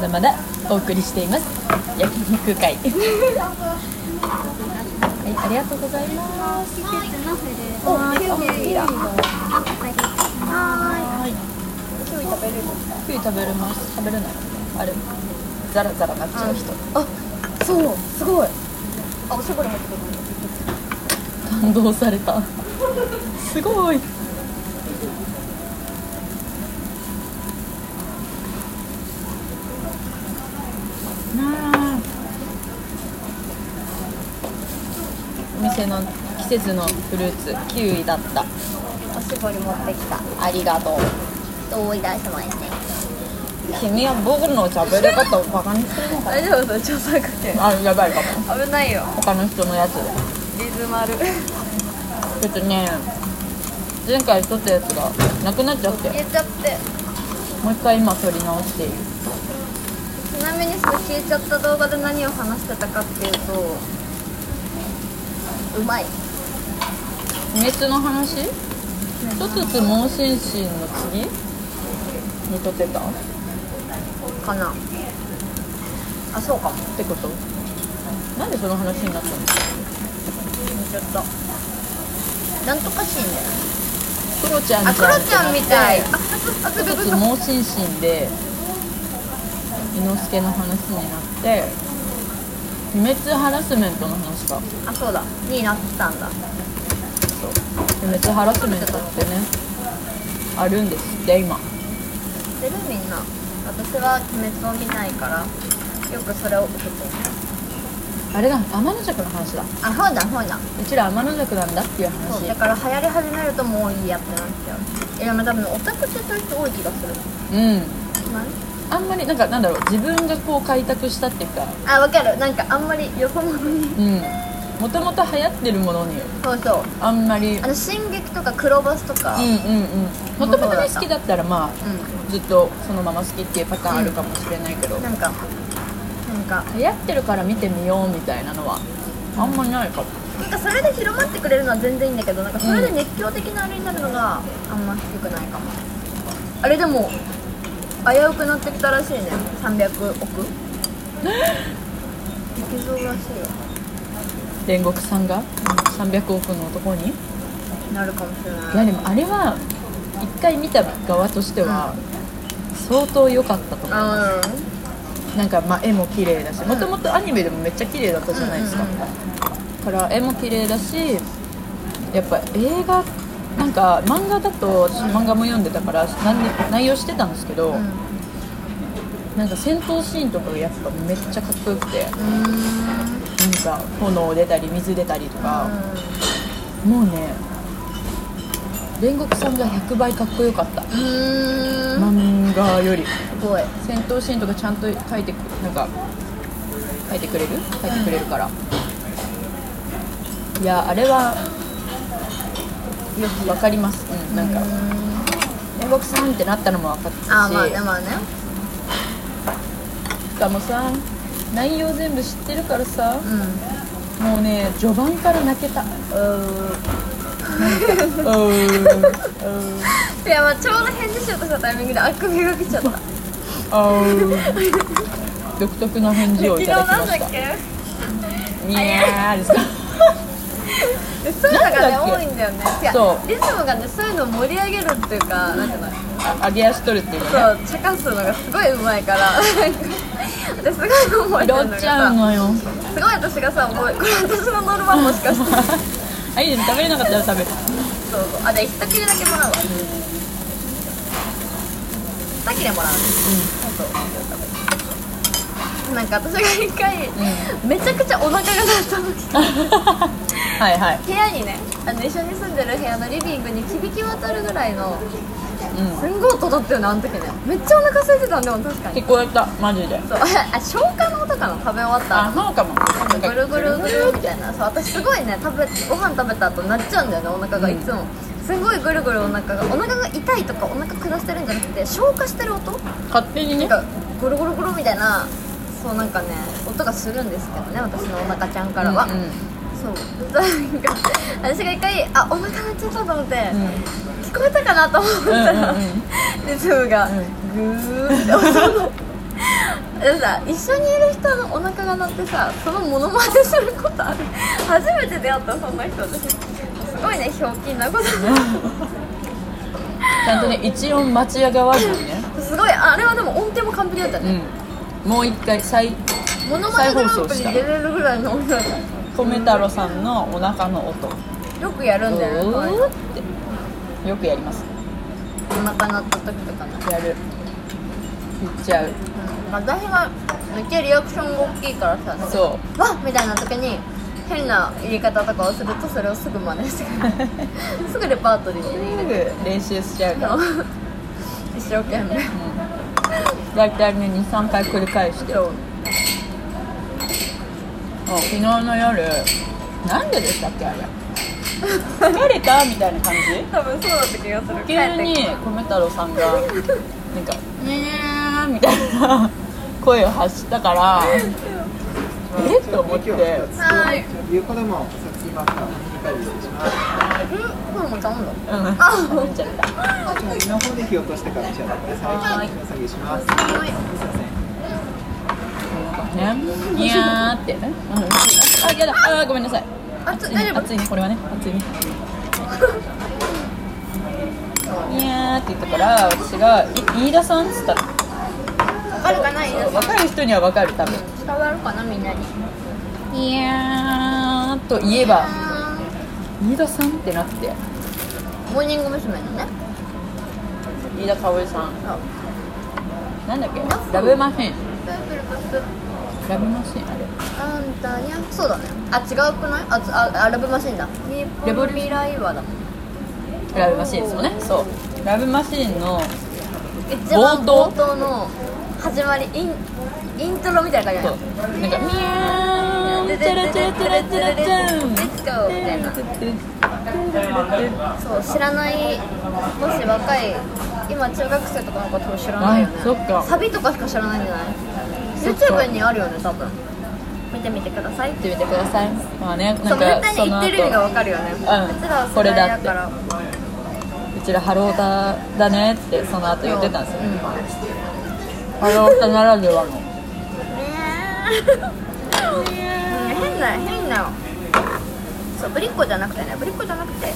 だまだお送りしています焼肉 会はいありがとうございます季節のフルーツおキュウリだははいキュウリ食べるんですかキュウリ食べれます食べれないあれザラザラなっちゃう人あそうすごいあ、おしぼり持ってくる感動されたすごいお店の季節のフルーツキウイだったおしぼり持ってきたありがとう同意出しまして君は僕の喋り方をバカにしてるのか大丈夫だ著作権あやばいかも危ないよ他の人のやつリズマルちょっとね前回撮ったやつがなくなっちゃって消えちゃってもう一回今撮り直しているちなみにその消えちゃった動画で何を話してたかっていうとうまい熱の話一つつ盲信心の次に撮ってたっかなあそうかもてことなんでその話になったの消えちゃったなんとかシーンだよクロちゃんあクロちゃんみたいああ一あつ盲信心で伊之助の話になって秘密ハラスメントの話かあそうだになってたんだ秘密ハラスメントってねあるんですって今知ってるみんな私は鬼滅を見ないからよくそれを受けてるあれだ天の弱の話だあそうだそうだうちら天の弱なんだっていう話そうだから流行り始めるともういいやってなっちゃうえでも多分オタクってそういう人多い気がするうんなんあんまりなんかなんだろう自分がこう開拓したっていうかあわかるなんかあんまり横物にうんもともと流行ってるものにそうそうあんまりうんあの進撃とか黒バスとかうんうんもともとね好きだったらまあうずっとそのまま好きっていうパターンあるかもしれないけど、んなんかなんか流行ってるから見てみようみたいなのはあんまないかもなんかそれで広まってくれるのは全然いいんだけどなんかそれで熱狂的なあれになるのがあんま良くないかもあれでも危うくなってきたらしいね300億激増らしいよ煉獄さんが300億の男になるかもしれいなやいでもあれは一回見た側としては相当良かったと思いますうなんかまあ絵も綺麗だしもともとアニメでもめっちゃ綺麗だったじゃないですか、うんうんうんから絵も綺麗だしやっぱ映画なんか漫画だと私漫画も読んでたからなんで内容してたんですけど、んうんなんか戦闘シーンとかがやっぱめっちゃかっこよくてなんうか炎出たり水出たりとーか、んうんもうね煉獄さんが100倍かっこよかった、うーん漫画よりすごい戦闘シーンとかちゃんと書いてくなんか書いてくれる書いてくれるから、いやあれはよくわかりますうんなんか煉獄さんってなったのも分かったしあーまあねまあねしかもさ内容全部知ってるからさうんもうね序盤から泣けたううーうーーんいやまあちょうど返事しようとしたタイミングであくびが来ちゃったあー独特な返事をいただきました 昨日なんだっけにゃーですかそういうのがねなんだっ多けいんだよねいやそうリズムがねそういうのを盛り上げるっていうかなんていうのあ上げ足取るっていうねそう茶化すのがすごいうまいからなんか私すごい思い出るの拾がっちゃうさ のよすごい私がさもうこれ私のノルマもしかしてあいいです食べれなかったら食べるそうそうあじゃあ一切れだけもらうわ二切れもらうねそうそうなんか私が一回、めちゃくちゃお腹が鳴った時 はいはい部屋にねあの一緒に住んでる部屋のリビングに響き渡るぐらいのうすんごい音だったよねあの時ねめっちゃお腹空いてたんでも確かんに聞こえたマジでそう あ消化の音かな食べ終わったあ後そうかもなんかぐるぐるぐるみたいなそう私すごいね食べご飯食べた後なっちゃうんだよねお腹がいつも、すごいぐるぐるお腹がお腹が痛いとかお腹下してるんじゃなくて消化してる音な勝手にねんかゴロゴロゴロみたいなそうなんかね音がするんですけどね私のお腹ちゃんからは、うんうんそうなんか私が一回あお腹鳴っちゃったと思って、うん聞こえたかなと思ったら、うんうんリズムがんグーって音がでもさ一緒にいる人のお腹が鳴ってさそのモノマネすることある初めて出会ったそんな人私すごいねひょうきんなことちゃん とね一音間違わずにねすごいあれはでも音程も完璧だったね、うんもう一回再モノマネグラン再放プ送リした出れるぐらいの音量だ米太郎さんのお腹の音よくやるんだよねこういうのうーってよくやりますお腹鳴った時とかね、やる言っちゃううん、私がめっちゃリアクションが大きいからさうそわっみたいな時に変な入れ方とかをするとそれをすぐ真似してく るすぐレパートリーうにすぐ練習しちゃうから、うのん、一生懸命大体ね23回繰り返してそう昨日の夜なんででしたっけあれ疲れたみたいな感じ多分そうだった気がする急に米太郎さんがなんか「ねーみたいな声を発したからえっと思ってはいいうことも、さっき今から理解してしまう。うんこれも頼んだうんあ食べちゃったじゃあ、胃の方で火を落としてから召し上がってください。お下げします。はいすいません。ねいやーってね、うん、あやだあーごめんなさいあ熱つい大ね丈夫熱いねこれはね熱いねいやーって言ったから私がい飯田さんっつったの分かるかな皆さん分かる人には分かる多分伝わるかなみんなにいやーと言えば飯田さんってなってモーニング娘。のね飯田香織さんそうなんだっけラブマフィンあラブマシンあれんたにゃそうだねあ違うくないあつああラブマシンだ日レ本ボのリュー未来はだもんラブマシーンですもんねそうラブマシーンの一番冒頭冒頭の始まりインイントロみたいな感じそうなんか「ミャーンチャラチャラチャラチャラチャン」そう知らないもし若い今中学生とかの子多分知らないよねあそっかサビとかしか知らないんじゃないそっか YouTube にあるよね多分見てみてくださいってみてくださいまあねそなうん絶か対そにの言ってる意味が後わかるよね、うちらはこ世れ代だっだてからうちらハロータだねってその後言ってたんですようんハロータならではのね変な変なそうぶりっ子じゃなくてねぶりっ子じゃなくてや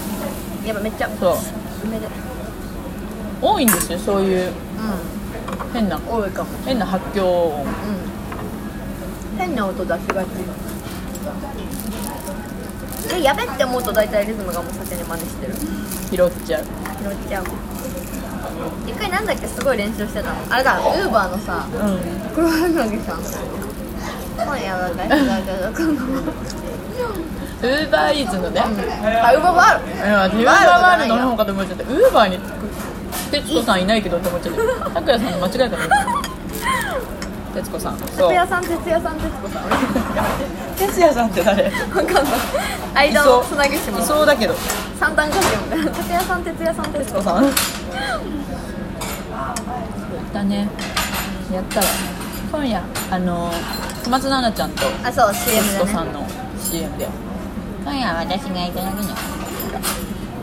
っぱめっちゃそうめで多いんですよそういうう変なん多いかも変な発狂音うん変な音出しがちでやべって思うと大体リズムがもう先に真似してる拾っちゃう拾っちゃう一回なんだっけすごい練習してたのあれだウーバーのさうん黒柳 さん今夜は大丈夫だけど今後ウーバーイーツのねあ、ウーバーバーあるいや、自分がワールドの方かと思っちゃった。ウーバーに徹子さんいないけどって思っちゃった。拓也さん間違えたの。徹子さん。徹そう。夜さん、徹夜さん、徹子さん徹也さんって誰？いわかんない間をつなぎしも三そうだけど。段活用みたいな徹夜さん、徹夜さん、徹徹子子さんさん。だね。やったわ。今夜あの小松菜奈ちゃんとあ、そう、CM 徹子ださねんの CM で。今夜は私がいただくの。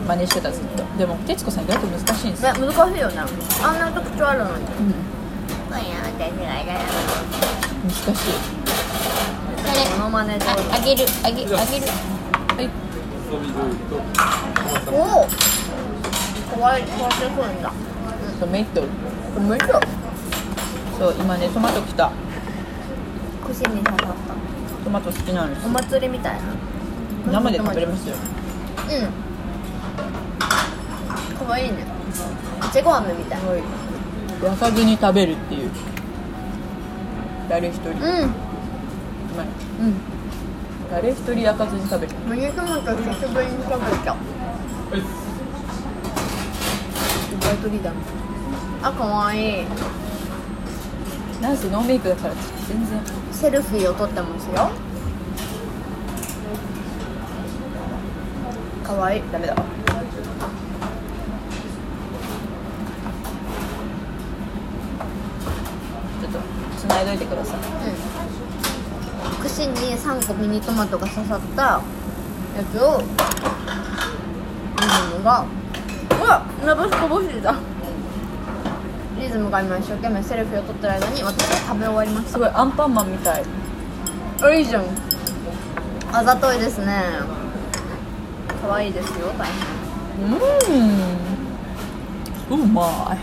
真似してたずっと。でも徹子さん意外と難しいんですよ。ね難しいよねあんな特徴あるのにうん。今夜は私がい難しい。がモノマネ上手あげるあげあげるはいおおかわいい、かわいそうなんだトマトおめでとうそう今ねトマト来た串に刺さったトマト好きなんですお祭りみたいな生で食べれますようんかわいいねいちご飴みたいはい焼かずに食べるっていう誰一人ううんまいうん誰一人焼かずに食べるミニトマト久しぶりに食べた意外とリーダーあ、かわいいなんせノーメイクだから全然セルフィーを撮ってますよかわいいダメだわちょっと繋いどいてくださいうん串に3個ミニトマトが刺さったやつをリズムがうわ、なばしこぼしてたリズズムが今一生懸命セルフィーを撮ってる間に私は食べ終わりましすごいアンパンマンみたいたあいいじゃんあざといですね可愛いですよ大変うんうまいうまい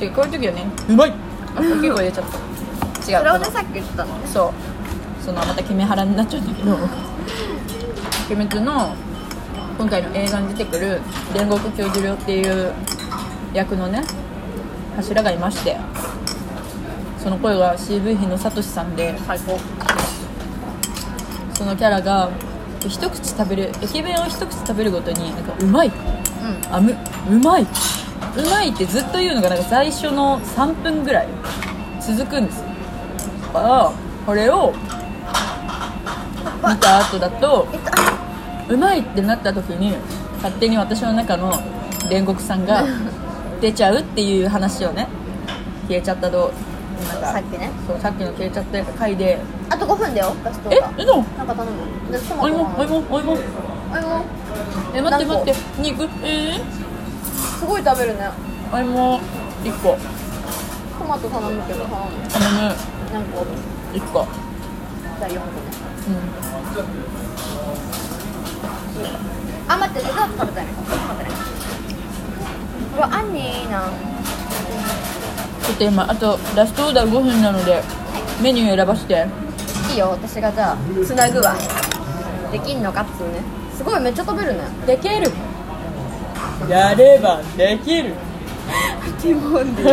てかこういう時はねうまいあ大きい声出ちゃった違うそれをねさっき言ってたのねそうそのまた決め腹になっちゃうんだけど「鬼滅」の今回の映画に出てくる煉獄教授寮っていう役のね柱がいましてその声が CV 日のさとしさんで最高そのキャラが一口食べる駅弁を一口食べるごとになんかうまいうんあむうまいうまいってずっと言うのがなんか最初の3分ぐらい続くんですよだからこれを見た後だとえっとあうまいってなった時に勝手に私の中の煉獄さん が出ちゃうっていう話をね消えちゃったどなんかさっきねそうさっきの消えちゃった回であと5分だよガストえがうのなんか頼むでトマおト芋おも芋お芋お芋え待って何個待って肉えすごい食べるねー、お芋1個トマト頼むけど頼む頼む何個1個じゃあ4個ねうんあ待ってデザート食べたいねちょっと待ってねうわあんにいいなちょっと今あとラストオーダー5分なのでメニュー選ばせていいよ私がじゃあつなぐわできんのかっつうねすごいめっちゃ食べるねできるやればできるティモンデ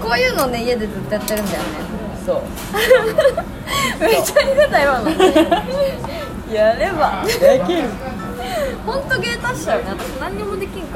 こういうのね家でずっとやってるんだよねそめっちゃ似てた今のうやればできる本当芸達者よね私何にもできんか